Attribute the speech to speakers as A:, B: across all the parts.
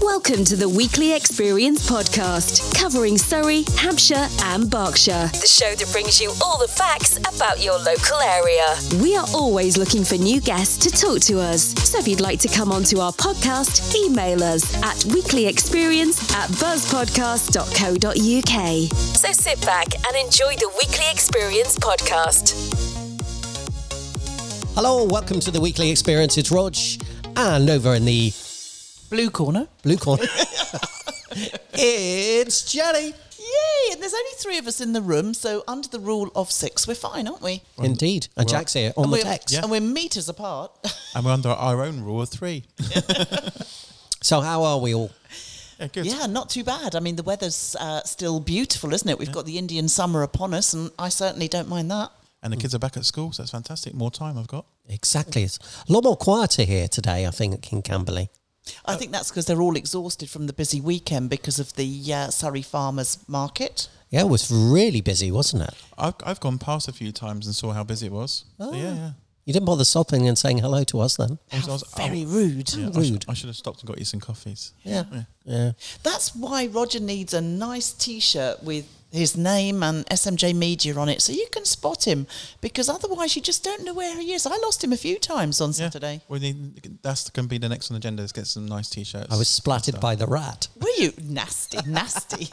A: Welcome to the Weekly Experience Podcast, covering Surrey, Hampshire, and Berkshire. The show that brings you all the facts about your local area. We are always looking for new guests to talk to us. So if you'd like to come onto our podcast, email us at weeklyexperience at buzzpodcast.co.uk. So sit back and enjoy the Weekly Experience Podcast.
B: Hello, welcome to the weekly experience. It's Rog, and over in the
C: Blue corner.
B: blue corner, it's Jenny.
C: Yay! And there's only three of us in the room, so under the rule of six, we're fine, aren't we?
B: Indeed, and Jack's here on
C: and,
B: the
C: we're,
B: text.
C: and we're meters apart.
D: And we're under our own rule of three.
B: So how are we all?
D: Yeah, good.
C: yeah, not too bad. I mean, the weather's uh, still beautiful, isn't it? We've got the Indian summer upon us, and I certainly don't mind that.
D: And the kids are back at school, so that's fantastic. More time I've got.
B: Exactly, it's a lot more quieter here today. I think in Camberley.
C: I think that's because they're all exhausted from the busy weekend because of the uh, Surrey Farmers Market.
B: Yeah, it was really busy, wasn't it?
D: I've, I've gone past a few times and saw how busy it was. So yeah, yeah.
B: You didn't bother stopping and saying hello to us then.
D: I was- I was- oh,
C: Very rude.
D: yeah, I, should, I should have stopped and got you some coffees.
B: Yeah,
C: That's why Roger needs a nice T-shirt with his name and SMJ Media on it, so you can spot him. Because otherwise, you just don't know where he is. I lost him a few times on
D: Yeah.
C: Saturday.
D: We need, that's going to be the next on the agenda is get some nice t-shirts.
B: I was splattered by the rat.
C: Were you nasty, nasty?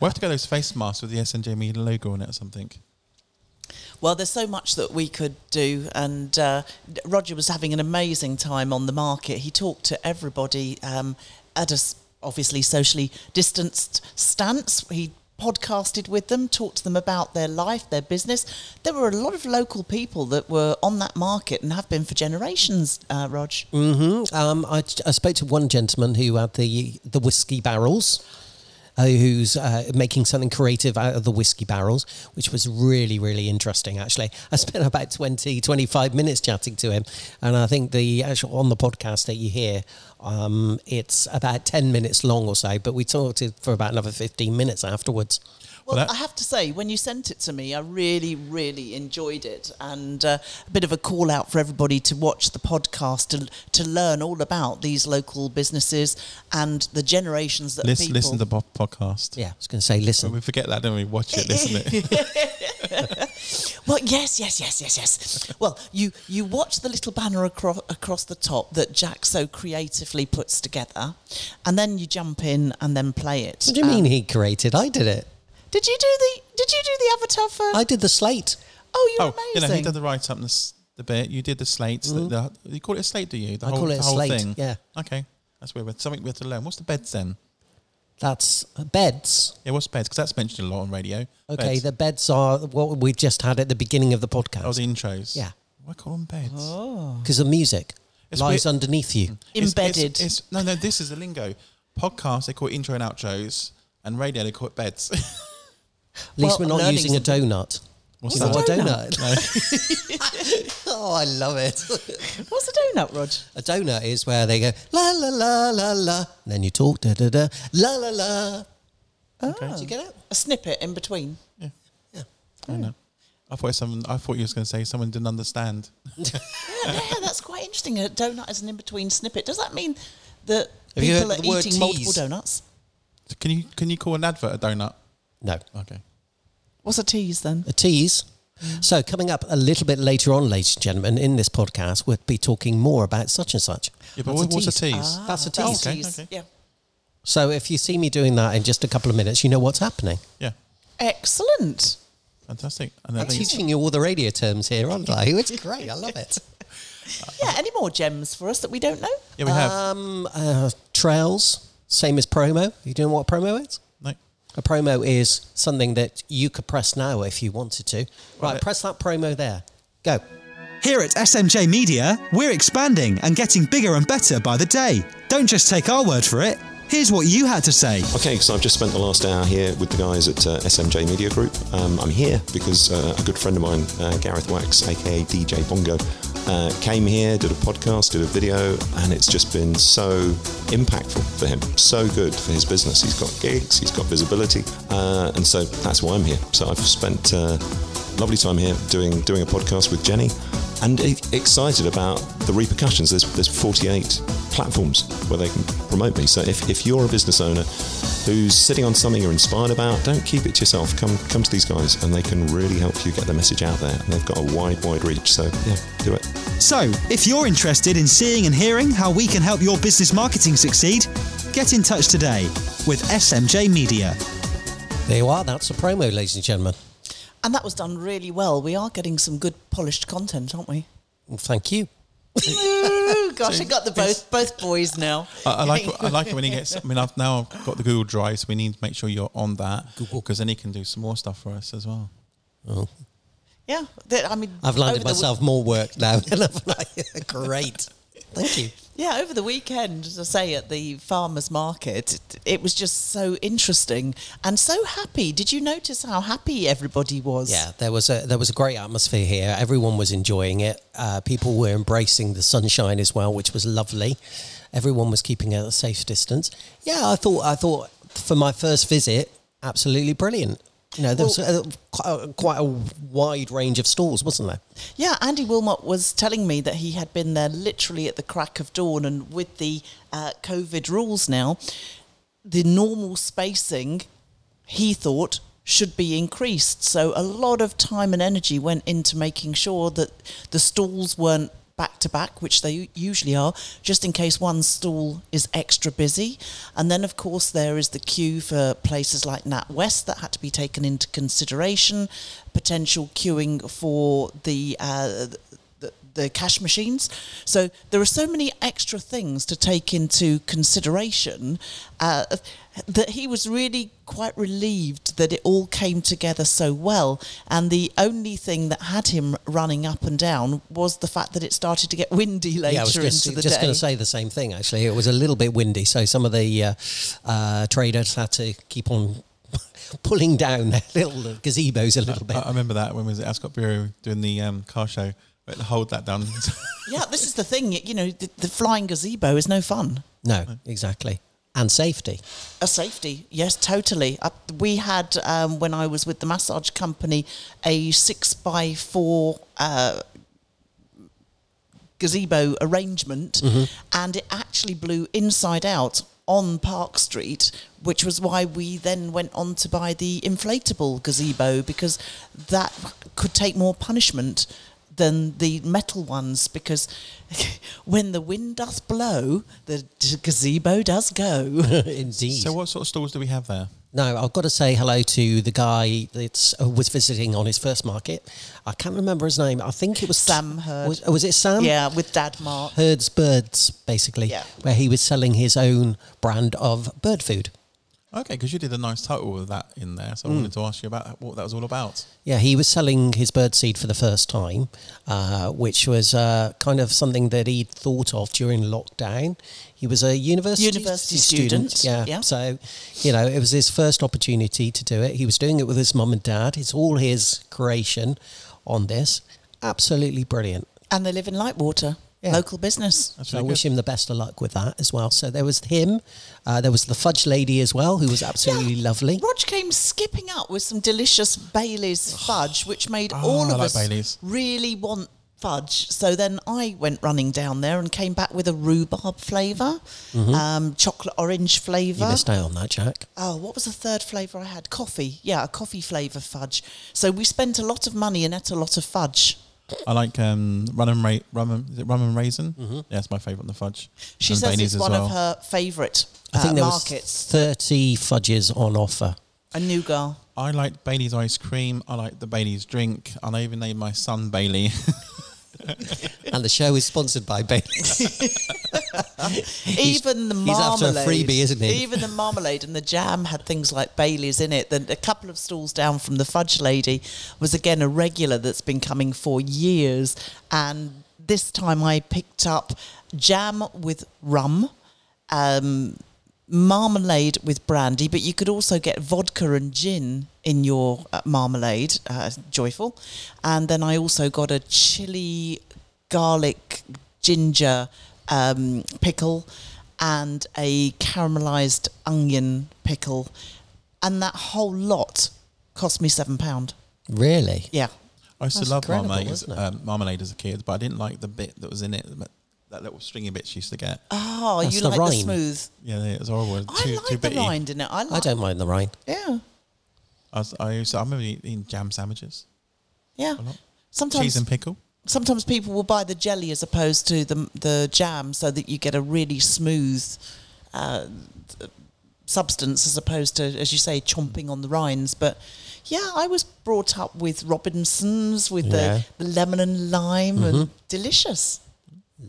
D: We'll have to get those face masks with the SNJ Media logo on it or something.
C: well, there's so much that we could do, and uh, Roger was having an amazing time on the market. He talked to everybody um, at a s- obviously socially distanced stance. He podcasted with them, talked to them about their life, their business. There were a lot of local people that were on that market and have been for generations. Uh, Rog,
B: Um, I, I spoke to one gentleman who had the the whiskey barrels, uh, who's uh, making something creative out of the whiskey barrels, which was really, really interesting, actually. I spent about 20, 25 minutes chatting to him. And I think the actual on the podcast that you hear, um, it's about 10 minutes long or so, but we talked to- for about another 15 minutes afterwards.
C: Well,
D: Well, that-
C: I have to say, when you sent it to me, I really, really enjoyed it, and uh, a bit of a call out for everybody to watch the podcast to to learn all about these local businesses and the generations that
D: Listen,
C: people.
D: listen to the bo- podcast.
B: Yeah, I was going to say, listen.
D: We forget that, don't we? Watch it, listen it.
C: well, yes, yes, yes, yes, yes. well, you you watch the little banner across across the top that Jack so creatively puts together, and then you jump in and then play it. Um,
B: What do you mean he created? I did it.
C: Did you do the Did you do the avatar for?
B: I did the slate.
C: oh, you're
D: oh, you
C: amazing.
D: know, he did the write-up and the, s- the bit. You did the slate. The, the, you call it a slate, do you? The
B: Mm-hmm. I call it
D: the
B: a slate, yeah.
D: Okay. That's weird. That's Something we have to learn. What's the beds then?
B: That's beds.
D: Yeah, what's beds? Because that's mentioned a lot on radio.
B: Okay,
D: beds.
B: the beds are what we just had at the beginning of the podcast.
D: that was the intros.
B: Yeah. Oh.
D: why call them beds?
B: because the music
D: Oh. It's
B: lies
D: weird- Hmm.
B: underneath you.
D: It's- it's-
C: Embedded.
D: It's, no, no. This is the lingo. Podcasts they call it intro and outros, and radio they call it beds.
B: At least
C: Well,
B: we're not
C: learning
B: using a donut.
D: What's
B: You
D: that?
B: know a
C: Donut?
B: donut? oh, I love it.
C: What's a donut, Rod?
B: A donut is where they go la la la la la, and then you talk da da da la la la.
D: okay.
B: Do you get it?
C: A snippet in between.
D: I,
B: Hmm.
D: know. I thought someone. I thought you was going to say someone didn't understand.
C: Yeah, yeah, that's quite interesting. A donut is an in between snippet. Does that mean that
B: Have you heard
C: people are
B: the word
C: eating multiple
B: tease?
C: donuts?
D: So Can you can you call an advert a donut?
B: No,
D: Okay.
C: What's a tease then?
B: a tease.
D: Mm.
B: So coming up a little bit later on, ladies and gentlemen, in this podcast, we'll be talking more about such and such.
D: Yeah, but
B: That's
D: what- what's a tease? Oh,
B: That's a
C: Oh, That's
B: tease.
D: okay, okay.
C: Yeah.
B: So if you see me doing that in just a couple of minutes, you know what's happening.
D: Yeah,
C: Excellent.
D: fantastic. And I
B: I'm
D: think it's-
B: teaching you all the radio terms here, aren't I? It's great. I love it.
C: Yeah, any more gems for us that we don't know?
D: yeah, we have.
B: Um, uh, trails, same as promo. You doing what promo is?
D: no.
B: A promo is something that you could press now if you wanted to. Right,
D: Right.
B: press that promo there. Go.
E: Here at SMJ Media, we're expanding and getting bigger and better by the day. Don't just take our word for it. Here's what you had to say.
F: Okay, so I've just spent the last hour here with the guys at uh, SMJ Media Group. Um, I'm here because uh, a good friend of mine, uh, Gareth Wax, aka DJ Bongo, uh, came here, did a podcast, did a video, and it's just been so impactful for him, so good for his business. He's got gigs, he's got visibility, uh, and so that's why I'm here. So I've spent uh, lovely time here doing doing a podcast with Jenny and e- excited about the repercussions. There's, there's 48 platforms where they can promote me. So if, if you're a business owner who's sitting on something you're inspired about, don't keep it to yourself. Come come to these guys, and they can really help you get the message out there. And they've got a wide, wide reach. So yeah, do it.
E: So, if you're interested in seeing and hearing how we can help your business marketing succeed, get in touch today with SMJ Media.
B: There you are. That's a promo, ladies and gentlemen.
C: And that was done really well. We are getting some good polished content, aren't we?
B: Well, thank you.
C: Ooh, Oh, gosh, I got the both both boys now.
D: I, I like I like it when he gets. I mean, I've now got the Google Drive, so we need to make sure you're on that
B: Google.
D: because then he can do some more stuff for us as well.
C: Yeah, that- I mean,
B: I've landed
C: over the
B: myself more work now. than I've like- Great. Thank you.
C: Yeah, over the weekend, as I say, at the farmers market, it, it was just so interesting and so happy. Did you notice how happy everybody was?
B: Yeah, there was a there was a great atmosphere here. Everyone was enjoying it. Uh, people were embracing the sunshine as well, which was lovely. Everyone was keeping at a safe distance. Yeah, I thought I thought for my first visit, absolutely brilliant. You know, there was uh quite, a, quite a wide range of stalls, wasn't there?
C: Yeah, Andy Wilmot was telling me that he had been there literally at the crack of dawn, and with the uh, COVID rules now, the normal spacing he thought should be increased. So a lot of time and energy went into making sure that the stalls weren't back to back, which they u- usually are, just in case one stall is extra busy. And then, of course, there is the queue for places like NatWest that had to be taken into consideration, potential queuing for the. Uh, the, the cash machines. So there are so many extra things to take into consideration uh, that he was really quite relieved that it all came together so well. And the only thing that had him running up and down was the fact that it started to get windy later
B: yeah, I was
C: into
B: just,
C: the
B: just
C: day.
B: going to say the same thing. Actually, it was a little bit windy, so some of the uh, uh, traders had to keep on pulling down their little gazebos a little bit.
C: Uh,
D: I, I remember that when we was at Ascot Bureau doing the um, car show. But hold that down.
C: yeah, this is the thing. You know, the, the flying gazebo is no fun.
B: no, exactly, and safety.
C: A safety, yes, totally. Uh, we had um, when I was with the massage company a six by four uh, gazebo arrangement, and it actually blew inside out on Park Street, which was why we then went on to buy the inflatable gazebo because that could take more punishment than the metal ones because when the wind does blow the d- gazebo does go
B: Indeed.
D: so, what sort of stalls do we have there?
B: No, I've got to say hello to the guy that uh, was visiting on his first market. I can't remember his name. I think it was
C: Sam Hurd.
B: Was, was it
D: Um,
B: Sam?
C: Yeah, with Dad Mark.
B: Herd's Birds, basically,
C: Yeah.
B: where he was selling his own brand of bird food.
D: Okay, because you did a nice title with that in there, so I wanted to ask you about what that was all about.
B: Yeah, he was selling his bird seed for the first time, uh, which was uh, kind of something that he'd thought of during lockdown. He was a university,
C: University student,
B: yeah.
C: yeah.
B: So, you know, it was his first opportunity to do it. He was doing it with his mum and dad. It's all his creation on this. Absolutely brilliant.
C: And they live in Lightwater,
B: Yeah.
C: local business.
D: That's
B: So I
D: really
B: wish
D: good.
B: him the best of luck with that as well. So there was him, uh, there was the fudge lady as well, who was absolutely lovely.
C: Rog came skipping up with some delicious Bailey's fudge, which made
D: Ah,
C: all
D: I
C: of
D: like
C: us
D: Baileys.
C: really want fudge. So then I went running down there and came back with a rhubarb flavor
D: Mm-hmm.
C: um, chocolate orange
B: You
C: flavour.
B: missed out on that, Jack.
C: Oh, what was the third flavour I had? Coffee. Yeah, a coffee flavour fudge. So we spent a lot of money and ate a lot of fudge.
D: I like um, rum and ra- rum. And, is it rum and raisin? Yeah, it's my favourite on the fudge.
C: She
D: And
C: says
D: Baileys
C: it's
D: as
C: one
D: well.
C: of her favourite
B: I
C: uh,
B: think there was
C: markets.
B: 30 fudges on offer.
C: A nougat.
D: I like Bailey's ice cream. I like the Bailey's drink, and I even named my son Bailey.
B: And the show is sponsored by Bailey's.
C: Even the
B: he's
C: marmalade.
B: after a freebie, isn't he?
C: Even the marmalade and the jam had things like Bailey's in it. Then a couple of stalls down from the fudge lady was again a regular that's been coming for years. And this time I picked up jam with rum. Um, marmalade with brandy, but you could also get vodka and gin in your uh, marmalade, uh, joyful. And then I also got a chili, garlic, ginger um, pickle, and a caramelized onion pickle. And that whole lot cost me seven pound.
B: really?
C: Yeah.
D: I used to
B: That's
D: love
B: incredible,
D: marmalade as,
B: isn't it?
D: um, marmalade as a kid, but I didn't like the bit that was in it, but that little stringy bit she used to get.
C: Oh,
B: That's
C: you
B: the
C: like the
B: rind.
C: smooth.
D: Yeah, it was horrible. It was
C: I
D: too,
C: like
D: too
C: the
D: bitty.
C: rind in it. I, like,
B: I don't mind the rind.
C: Yeah,
D: I, was, I, used to, I remember eating jam sandwiches,
C: yeah.
D: lot.
C: Sometimes
D: cheese and pickle.
C: sometimes people will buy the jelly as opposed to the the jam, so that you get a really smooth uh, th- substance, as opposed to, as you say, chomping on the rinds. But yeah, I was brought up with Robinsons with
B: Yeah.
C: the, the lemon and lime, and delicious.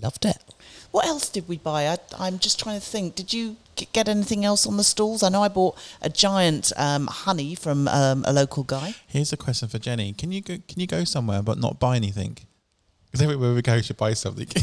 B: Loved it.
C: What else did we buy? I, I'm just trying to think. Did you g- get anything else on the stalls? I know I bought a giant um, honey from um, a local guy.
D: Here's a question for Jenny: Can you go, can you go somewhere but not buy anything? Because everywhere we go, she buys something.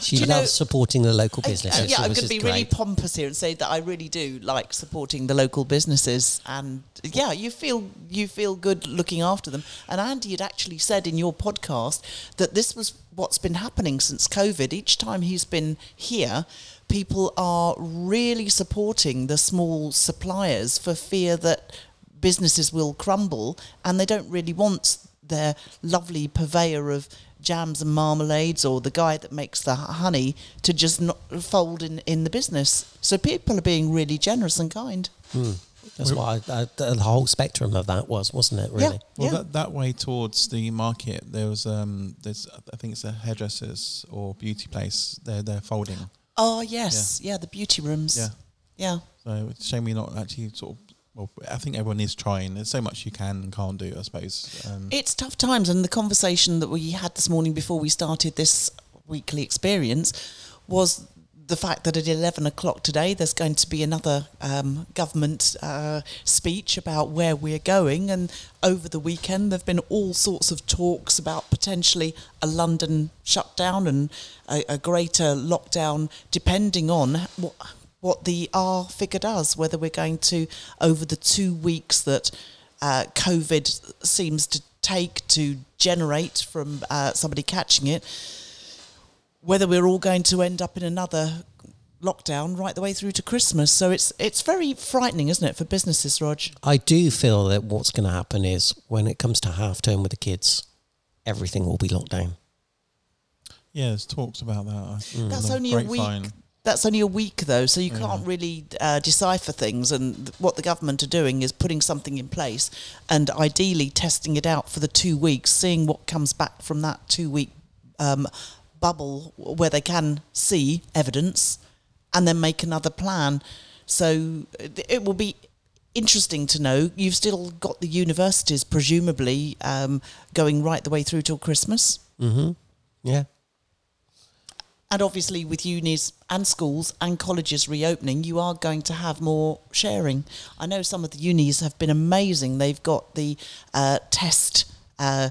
B: She
C: Do you
B: loves
C: know-
B: supporting the local
C: I-
B: businesses.
C: Uh, yeah,
B: so
C: I'm
B: this
C: going to
B: is
C: be
B: great.
C: really pompous here and say that I really do like supporting the local businesses, and yeah, you feel you feel good looking after them. And Andy had actually said in your podcast that this was what's been happening since COVID. Each time he's been here, people are really supporting the small suppliers for fear that businesses will crumble, and they don't really want their lovely purveyor of jams and marmalades or the guy that makes the h- honey to just not fold in, in the business. So people are being really generous and kind.
B: That's why I, I, the whole spectrum of that was, wasn't it? Really.
D: Well,
C: Yeah.
D: that, that way towards the market, there was um, there's I think it's a hairdressers or beauty place. They're they're folding.
C: Oh, yes. Yeah, the beauty rooms.
D: Yeah.
C: Yeah.
D: So it's a shame we're not actually sort of. Well, I think everyone is trying. There's so much you can and can't do. I suppose. Um,
C: It's tough times, and the conversation that we had this morning before we started this weekly experience was the fact that at 11 o'clock today there's going to be another um, government uh, speech about where we're going and over the weekend there have been all sorts of talks about potentially a london shutdown and a, a greater lockdown depending on what, what the r figure does whether we're going to over the two weeks that uh, COVID seems to take to generate from uh, somebody catching it, whether we're all going to end up in another lockdown right the way through to Christmas. So it's it's very frightening, isn't it, for businesses, Rog?
B: I do feel that what's going to happen is when it comes to half term with the kids, everything will be locked down.
D: yeah, there's talks about that. I-
C: That's
D: the
C: only a week.
D: grapevine.
C: That's only a week though, so you can't really uh, decipher things. And th- what the government are doing is putting something in place, and ideally testing it out for the two weeks, seeing what comes back from that two week um, bubble where they can see evidence, and then make another plan. So uh, it will be interesting to know. You've still got the universities presumably um, going right the way through till Christmas.
B: Yeah.
C: And obviously, with unis and schools and colleges reopening, you are going to have more sharing. I know some of the unis have been amazing. They've got the uh, test uh,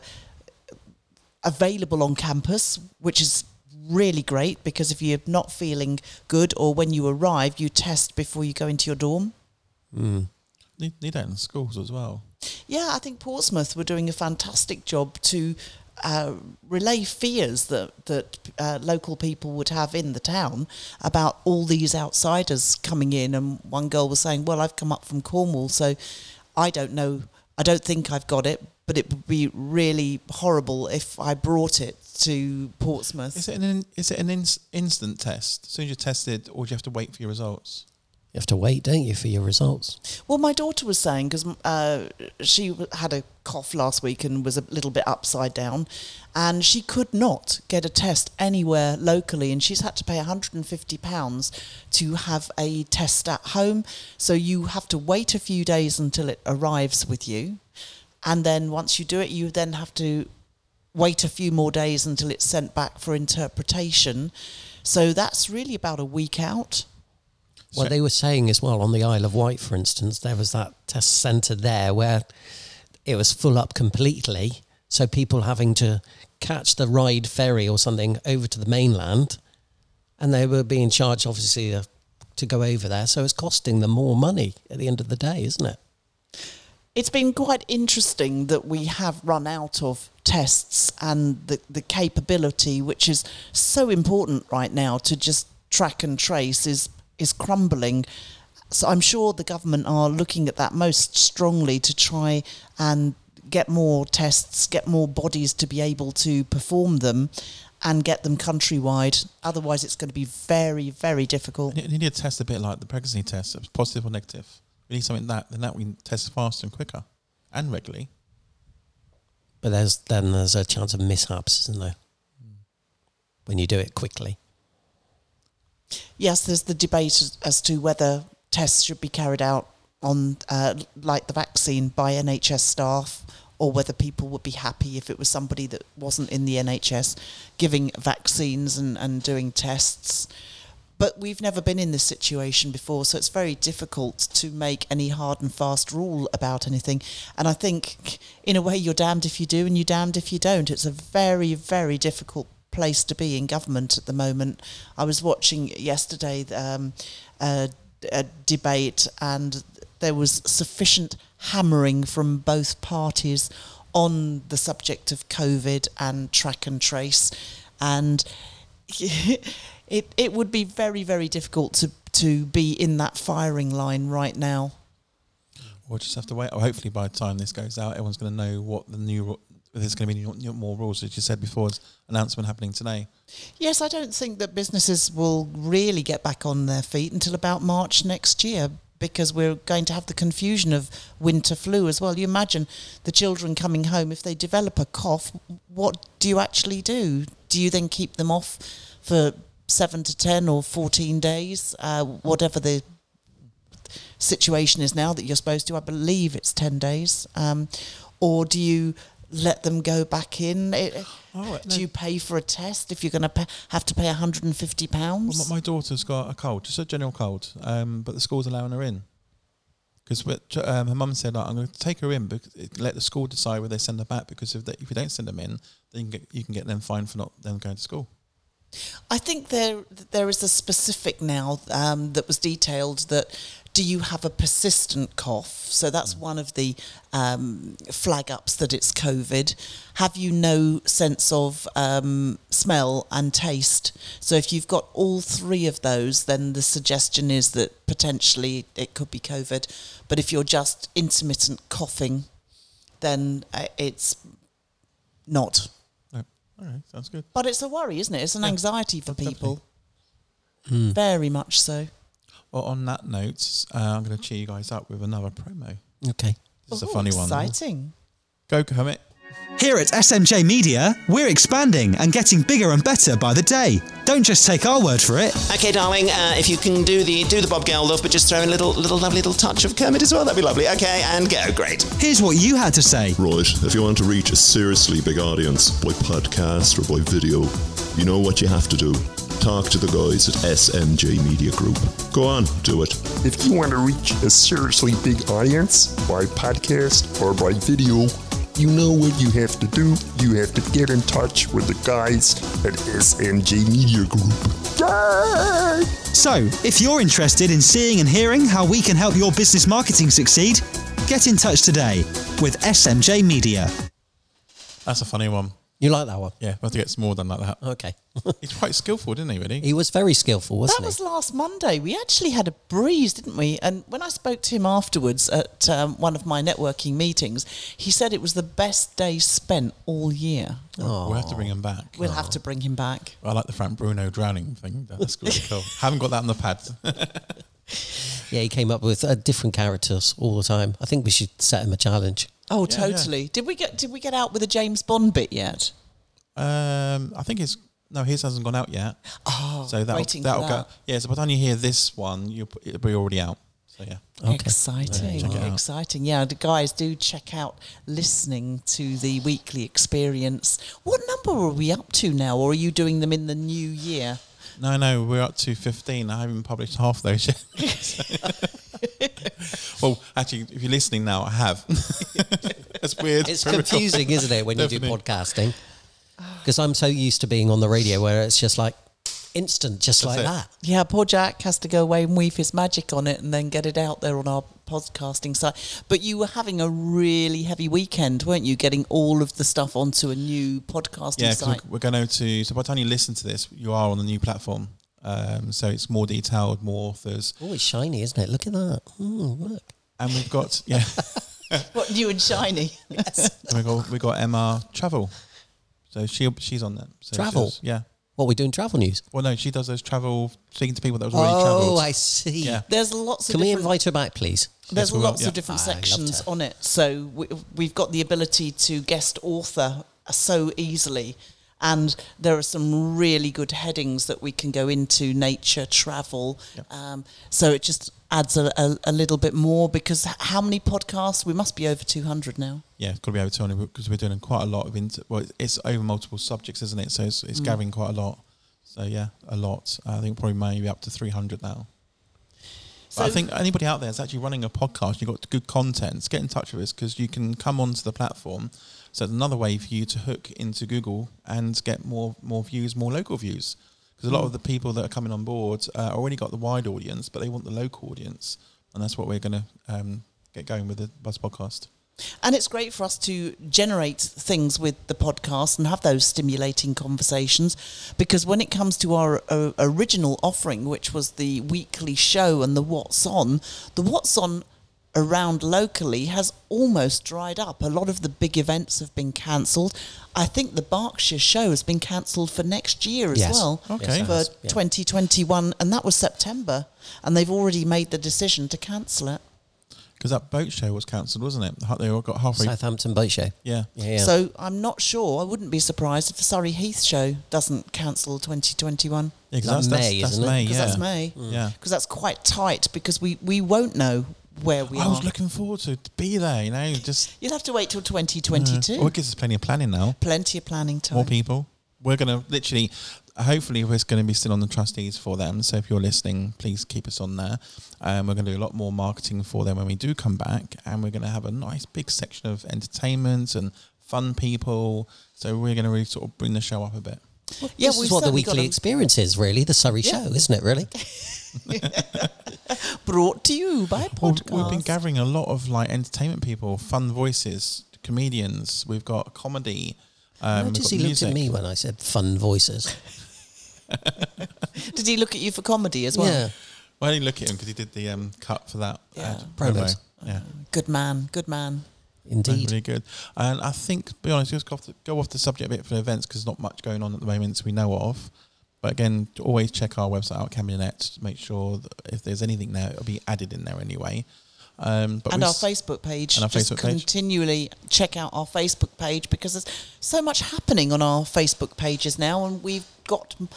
C: available on campus, which is really great because if you're not feeling good or when you arrive, you test before you go into your dorm.
D: They, they do that in schools as well.
C: Yeah, I think Portsmouth were doing a fantastic job to uh, relay fears that that uh, local people would have in the town about all these outsiders coming in. And one girl was saying, "Well, I've come up from Cornwall, so I don't know. I don't think I've got it, but it would be really horrible if I brought it to Portsmouth."
D: Is it an in, is it an ins instant test? As soon as you're tested, or do you have to wait for your results?
B: You have to wait, don't you, for your results?
C: Well, my daughter was saying because uh, she w- had a cough last week and was a little bit upside down, and she could not get a test anywhere locally, and she's had to pay 150 pounds to have a test at home. So you have to wait a few days until it arrives with you, and then once you do it, you then have to wait a few more days until it's sent back for interpretation. So that's really about a week out.
B: Well,
D: So-
B: they were saying as well on the Isle of Wight, for instance, there was that test centre there where it was full up completely. So people having to catch the ride ferry or something over to the mainland, and they were being charged, obviously, uh, to go over there. So it's costing them more money at the end of the day, isn't it?
C: it's been quite interesting that we have run out of tests and the, the capability, which is so important right now to just track and trace, is is crumbling. So I'm sure the government are looking at that most strongly to try and get more tests, get more bodies to be able to perform them, and get them countrywide. Otherwise, it's going to be very, very difficult.
D: You need a test a bit like the pregnancy test, if it's positive or negative. We need something that then that we can test faster and quicker and regularly.
B: But there's then there's a chance of mishaps, isn't there? When you do it quickly.
C: Yes, there's the debate as- as to whether tests should be carried out on, uh, like the vaccine, by NHS staff, or whether people would be happy if it was somebody that wasn't in the NHS giving vaccines and, and doing tests. But we've never been in this situation before, so it's very difficult to make any hard and fast rule about anything. And I think, in a way, you're damned if you do and you're damned if you don't. It's a very, very difficult place to be in government at the moment. I was watching yesterday um, a, a debate, and there was sufficient hammering from both parties on the subject of COVID and track and trace, and it it would be very very difficult to to be in that firing line right now.
D: We'll just have to wait. Or hopefully, by the time this goes out, everyone's going to know what the new ru- there's going to be new, new- more rules. As you said before, it's announcement happening today.
C: Yes, I don't think that businesses will really get back on their feet until about March next year because we're going to have the confusion of winter flu as well. You imagine the children coming home, if they develop a cough, what do you actually do? Do you then keep them off for seven to 10 or 14 days, uh, whatever the situation is now that you're supposed to? I believe it's 10 days. Um, or do you let them go back in? It-
D: Oh,
C: do you pay for a test if you're going to have to pay 150 pounds?
D: Well, my, my daughter's got a cold, just a general cold, um, but the school's allowing her in. Because um, her mum said, like, "I'm going to take her in, but let the school decide whether they send her back. Because if they, if you don't send them in, then you can get, you can get them fined for not them going to school."
C: I think there there is a specific now um, that was detailed that do you have a persistent cough? So that's one of the um, flag ups that it's COVID. Have you no sense of um, smell and taste? So if you've got all three of those, then the suggestion is that potentially it could be COVID. But if you're just intermittent coughing, then uh, it's not.
D: No. All right, sounds good.
C: But it's a worry, isn't it? It's an anxiety for
D: definitely.
C: people.
D: Hmm.
C: Very much so.
D: Well, on that note, uh, I'm going to cheer you guys up with another promo.
B: Okay.
D: This is
C: Ooh,
D: a funny one.
C: Exciting.
D: Go Kermit.
E: Here at SMJ Media, we're expanding and getting bigger and better by the day. Don't just take our word for it.
G: Okay, darling. Uh, if you can do the do the Bob Gale love, but just throw in a little little lovely little touch of Kermit as well, that'd be lovely. Okay, and go. Great.
E: Here's what you had to say.
H: Right, if you want to reach a seriously big audience by podcast or by video, you know what you have to do. Talk to the guys at SMJ Media Group. Go on, do it.
I: If you want to reach a seriously big audience by podcast or by video, you know what you have to do. You have to get in touch with the guys at SMJ Media Group. Yay!
E: So, if you're interested in seeing and hearing how we can help your business marketing succeed, get in touch today with SMJ Media.
D: That's a funny one.
B: You like that one?
D: Yeah, we have to get some more done like that.
B: Okay.
D: He's quite skillful, didn't he? Really?
B: he was very skillful, wasn't
C: That
B: he?
C: was last Monday. We actually had a breeze, didn't we? And when I spoke to him afterwards at um, one of my networking meetings, he said it was the best day spent all year.
D: We'll have to bring him back.
C: We'll have to bring him back.
D: I like the Frank Bruno drowning thing. That's really cool. Haven't got that on the pad.
B: Yeah, he came up with uh, different characters all the time. I think we should set him a challenge.
C: Oh, totally. Did we get Did we get out with a James Bond bit yet?
D: Um, I think it's no, his hasn't gone out yet. Oh, so that'll,
C: waiting for
D: that'll
C: that.
D: go. Yeah, so by the time you hear this one, you'll p- it'll be already out. So yeah,
C: Exciting, exciting. Yeah, the guys do check out listening to the weekly experience. What number are we up to now, or are you doing them in the new year?
D: no, no, we're up to fifteen. I haven't published half those yet. well, actually, if you're listening now, I have. That's weird.
B: It's
D: Very
B: confusing,
D: weird.
B: isn't it, when you do
D: Definitely.
B: podcasting? Because I'm so used to being on the radio where it's just like instant, just like
D: it.
B: that.
C: Yeah, poor Jack has to go away and weave his magic on it and then get it out there on our podcasting site. But you were having a really heavy weekend, weren't you? Getting all of the stuff onto a new podcasting
D: Yeah, 'cause
C: site.
D: we're, we're going to. So by the time you listen to this, you are on the new platform. Um, so it's more detailed, more authors,
B: Oh, it's shiny, isn't it? Look at that. Mm, look.
D: and we've got yeah.
C: What new and shiny? Yes.
D: we got we got MR travel, so she she's on that so
B: Travel?
D: she's- yeah.
B: What we doing? Travel news.
D: Well, no, she does those travel speaking to people that was already
B: oh,
D: travelled.
B: I see.
D: Yeah.
C: There's lots of
B: Can we
C: different
B: invite her back, please?
D: Yes,
C: There's
D: we will,
C: lots
D: yeah.
C: of different
B: I loved
C: sections
B: her.
C: on it, so we, we've got the ability to guest author so easily, and there are some really good headings that we can go into: nature, travel. Um, so it just adds a, a, a little bit more because h- how many podcasts? We must be over 200 now.
D: Yeah, it's got to be over 200 because we're doing quite a lot of inter- well, it's- it's over multiple subjects, isn't it? So it's, it's gathering quite a lot. So yeah, a lot. I think probably maybe up to 300 now.
C: So
D: but I think anybody out there that's actually running a podcast, you've got good content, get in touch with us because you can come onto the platform. So it's another way for you to hook into Google and get more more views, more local views. Because a lot of the people that are coming on board uh, already got the wide audience, but they want the local audience, and that's what we're going to um, get going with the Buzz Podcast.
C: And it's great for us to generate things with the podcast and have those stimulating conversations because when it comes to our uh, original offering, which was the weekly show and the What's On, the What's On around locally has almost dried up. A lot of the big events have been cancelled. I think the Berkshire show has been cancelled for next year as
B: Yes.
C: well.
D: Okay.
B: Yes, it
D: For
B: has,
C: For
B: yeah.
C: 2021, and that was September, and they've already made the decision to cancel it.
D: Because that boat show was cancelled, wasn't it? Ha- They all got halfway.
B: Southampton Boat Show.
D: yeah.
B: Yeah. yeah.
C: So I'm not sure. I wouldn't be surprised if the Surrey Heath show doesn't cancel 2021
D: Yeah, 'cause
B: That's
D: that's, that's,
B: May,
D: that's
B: isn't it?
D: May,
C: because
D: yeah.
C: that's May.
D: Yeah.
C: Because that's quite tight because we, we won't know where we
D: I
C: are.
D: was looking forward to to be there, you know, just.
C: You'll have to wait till
D: uh,
C: 2022.
D: well, it gives us plenty of planning now.
C: Plenty of planning time.
D: More people. We're going to literally, hopefully, we're going to be still on the trustees for them. So if you're listening, please keep us on there. Um, we're going to do a lot more marketing for them when we do come back. And we're going to have a nice big section of entertainment and fun people. So we're going to really sort of bring the show up a bit.
C: yeah,
B: this
C: we've
B: is what the
C: certainly got
B: weekly
C: them
B: experience is, really. The Surrey
C: Yeah.
B: Show, isn't it? Really.
C: brought to you by
D: Well,
C: podcast.
D: we've been gathering a lot of like entertainment people, fun voices, comedians. We've got comedy. Um,
B: Notice
D: we've got
B: he looked
D: music.
B: at me when I said fun voices.
C: Did he look at you for comedy as well?
B: yeah.
D: Well, I didn't look at him because he did the um, cut for that.
C: Yeah.
D: ad
B: Promos. Uh,
D: promo. Yeah,
C: Good man. Good man.
B: Indeed.
D: really good. And I think, to be honest, just go off the, go off the subject a bit for events because not much going on at the moment we know of. But again, to always check our website out, Camionet, to make sure that if there's anything there, it'll be added in there anyway. Um, but
C: and
D: we
C: our
D: s-
C: Facebook page.
D: And our
C: just
D: Facebook page.
C: continually check out our Facebook page because there's so much happening on our Facebook pages now, and we've got m-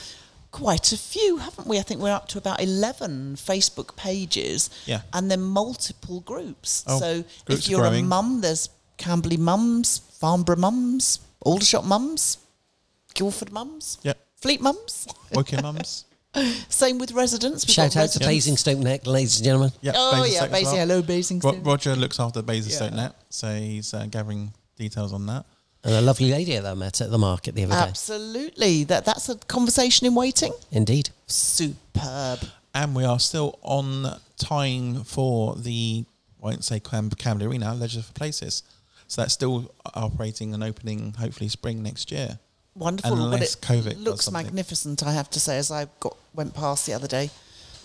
C: quite a few, haven't we? I think we're up to about eleven Facebook pages.
D: Yeah.
C: And then multiple groups.
D: Oh,
C: so
D: groups
C: if
D: are
C: you're a
D: growing.
C: mum, there's Camberley mums, Farnborough mums, Aldershot mums, Guildford mums,
D: Yep.
C: Fleet mums.
D: Woking Mums.
C: Same with residents. We've
B: Shout
C: got
B: out to
D: Residence.
B: Basingstoke Neck, ladies and gentlemen.
D: Yep,
C: Oh,
D: Basingstoke
C: yeah,
D: as well.
C: Basing- hello, Basingstoke.
D: Ro- Roger looks after Basingstoke Net, so he's uh, gathering details on that.
B: And a lovely lady that I met at the market the other day.
C: Absolutely. That that's a conversation in waiting.
B: Indeed.
C: Superb.
D: And we are still on time for the, I won't say Cam- Camden Arena, Leisure for Places. So that's still operating and opening hopefully spring next year.
C: Wonderful. but
D: Unless
C: it
D: COVID does
C: looks
D: something.
C: magnificent, I have to say, as I got went past the other day.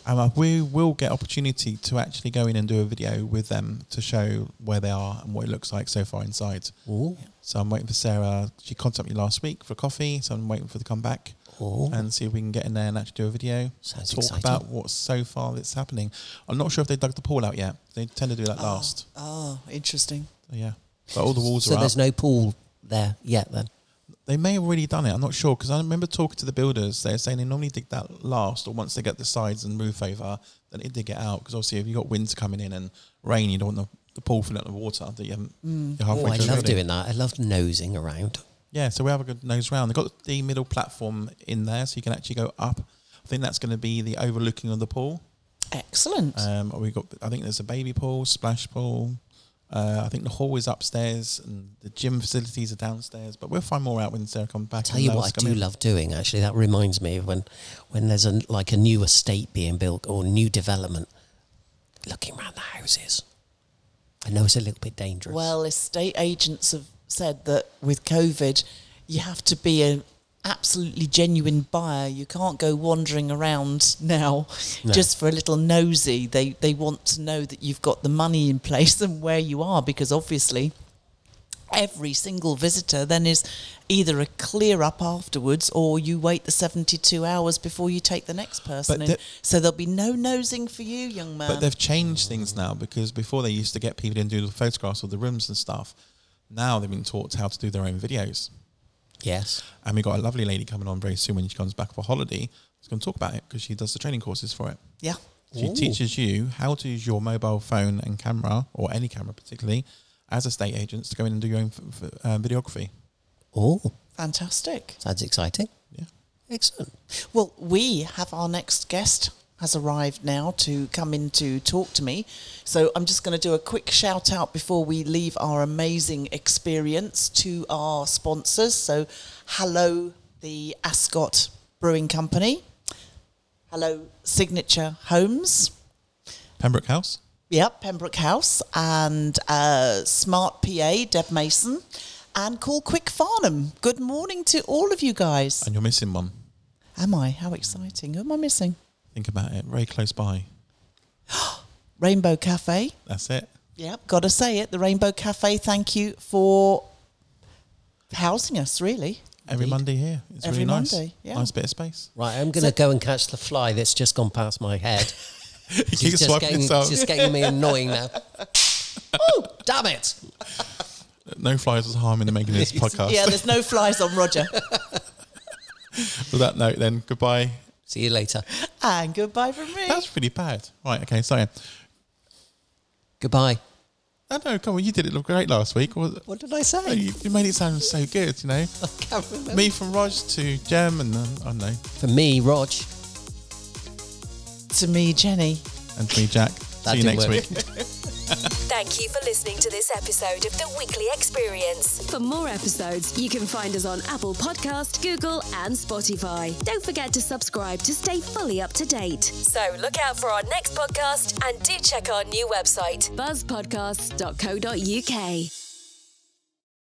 D: And uh, we will get opportunity to actually go in and do a video with them to show where they are and what it looks like so far inside.
B: Ooh.
D: So I'm waiting for Sarah. She contacted me last week for coffee, so I'm waiting for her to come back
B: Ooh.
D: and see if we can get in there and actually do a video.
B: Sounds
D: talk
B: exciting.
D: about what's so far that's happening. I'm not sure if they dug the pool out yet. They tend to do
B: Ah.
D: that last.
C: Oh, interesting.
D: Yeah, but all the walls
B: So
D: are up.
B: there's no pool there yet then.
D: they may have already done it. I'm not sure because I remember talking to the builders. They're saying they normally dig that last, or once they get the sides and roof over, then they dig it out. Because obviously, if you have got winds coming in and rain, you don't want the, the pool filling up with water that you haven't. You're halfway
B: Oh, I
D: through
B: love
D: already.
B: doing that. I love nosing around.
D: Yeah, so we have a good nose round. They've got the middle platform in there, so you can actually go up. I think that's going to be the overlooking of the pool.
C: Excellent.
D: Um, we got. I think there's a baby pool, splash pool. Uh, I think the hall is upstairs and the gym facilities are downstairs. But we'll find more out when Sarah comes back.
B: Tell
D: and
B: you
D: let
B: what
D: us
B: I
D: come
B: do
D: in.
B: love doing actually. That reminds me of when when there's a like a new estate being built or new development. Looking round the houses. I know it's a little bit dangerous.
C: well, estate agents have said that with COVID, you have to be an absolutely genuine buyer. You can't go wandering around now just for a little nosy. They they want to know that you've got the money in place and where you are because obviously every single visitor then is either a clear up afterwards or you wait the 72 hours before you take the next person in.
D: the-
C: so there'll be no nosing for you young man
D: But they've changed things now because before they used to get people in doing the photographs of the rooms and stuff. Now they've been taught how to do their own videos.
B: Yes.
D: And we've got a lovely lady coming on very soon when she comes back for holiday. She's going to talk about it because she does the training courses for it.
C: yeah
D: She teaches you how to use your mobile phone and camera, or any camera particularly, as estate agents to go in and do your own f- f- uh, videography.
B: Oh,
C: fantastic
B: sounds exciting.
D: Yeah.
B: Excellent.
C: Well, we have our next guest has arrived now to come in to talk to me. So I'm just going to do a quick shout out before we leave our amazing experience to our sponsors. So, hello, the Ascot Brewing Company. Hello, Signature Homes.
D: Pembroke House.
C: Yep, Pembroke House and uh, Smart PA, Deb Mason, and Call Quick Farnham. Good morning to all of you guys.
D: And you're missing one.
C: Am I? How exciting. Who am I missing?
D: Think about it. Very close by.
C: Rainbow Cafe.
D: That's it.
C: Yep, got to say it. The Rainbow Cafe, thank you for housing us, really.
D: Every Monday here. It's
C: Every
D: really nice.
C: Monday, yeah.
D: Nice bit of space.
B: Right, I'm going to go and catch the fly that's just gone past my head.
D: He
B: It's
D: keeps swiping
B: getting,
D: himself.
B: just getting me annoying now. oh, damn it!
D: No flies was harming in making this podcast.
C: Yeah, there's no flies on Roger.
D: With that note, then goodbye.
B: See you later.
C: and goodbye from me.
D: That's really bad. Right. Okay. Sorry.
B: Goodbye.
D: No, no. Come on. You did it look great last week. What,
B: What did I say?
D: no, you, you made it sound so good. You know,
B: Can't remember.
D: me from Raj to Jem, and um, I don't know,
B: For me, Rog.
C: to me, Jenny.
D: and to me, Jack.
B: That
D: See you
B: didn't
D: next
B: work.
D: week.
A: Thank you for listening to this episode of The Weekly Experience. For more episodes, you can find us on Apple Podcast, Google, and Spotify. Don't forget to subscribe to stay fully up to date. So look out for our next podcast and do check our new website, buzzpodcasts.co.uk.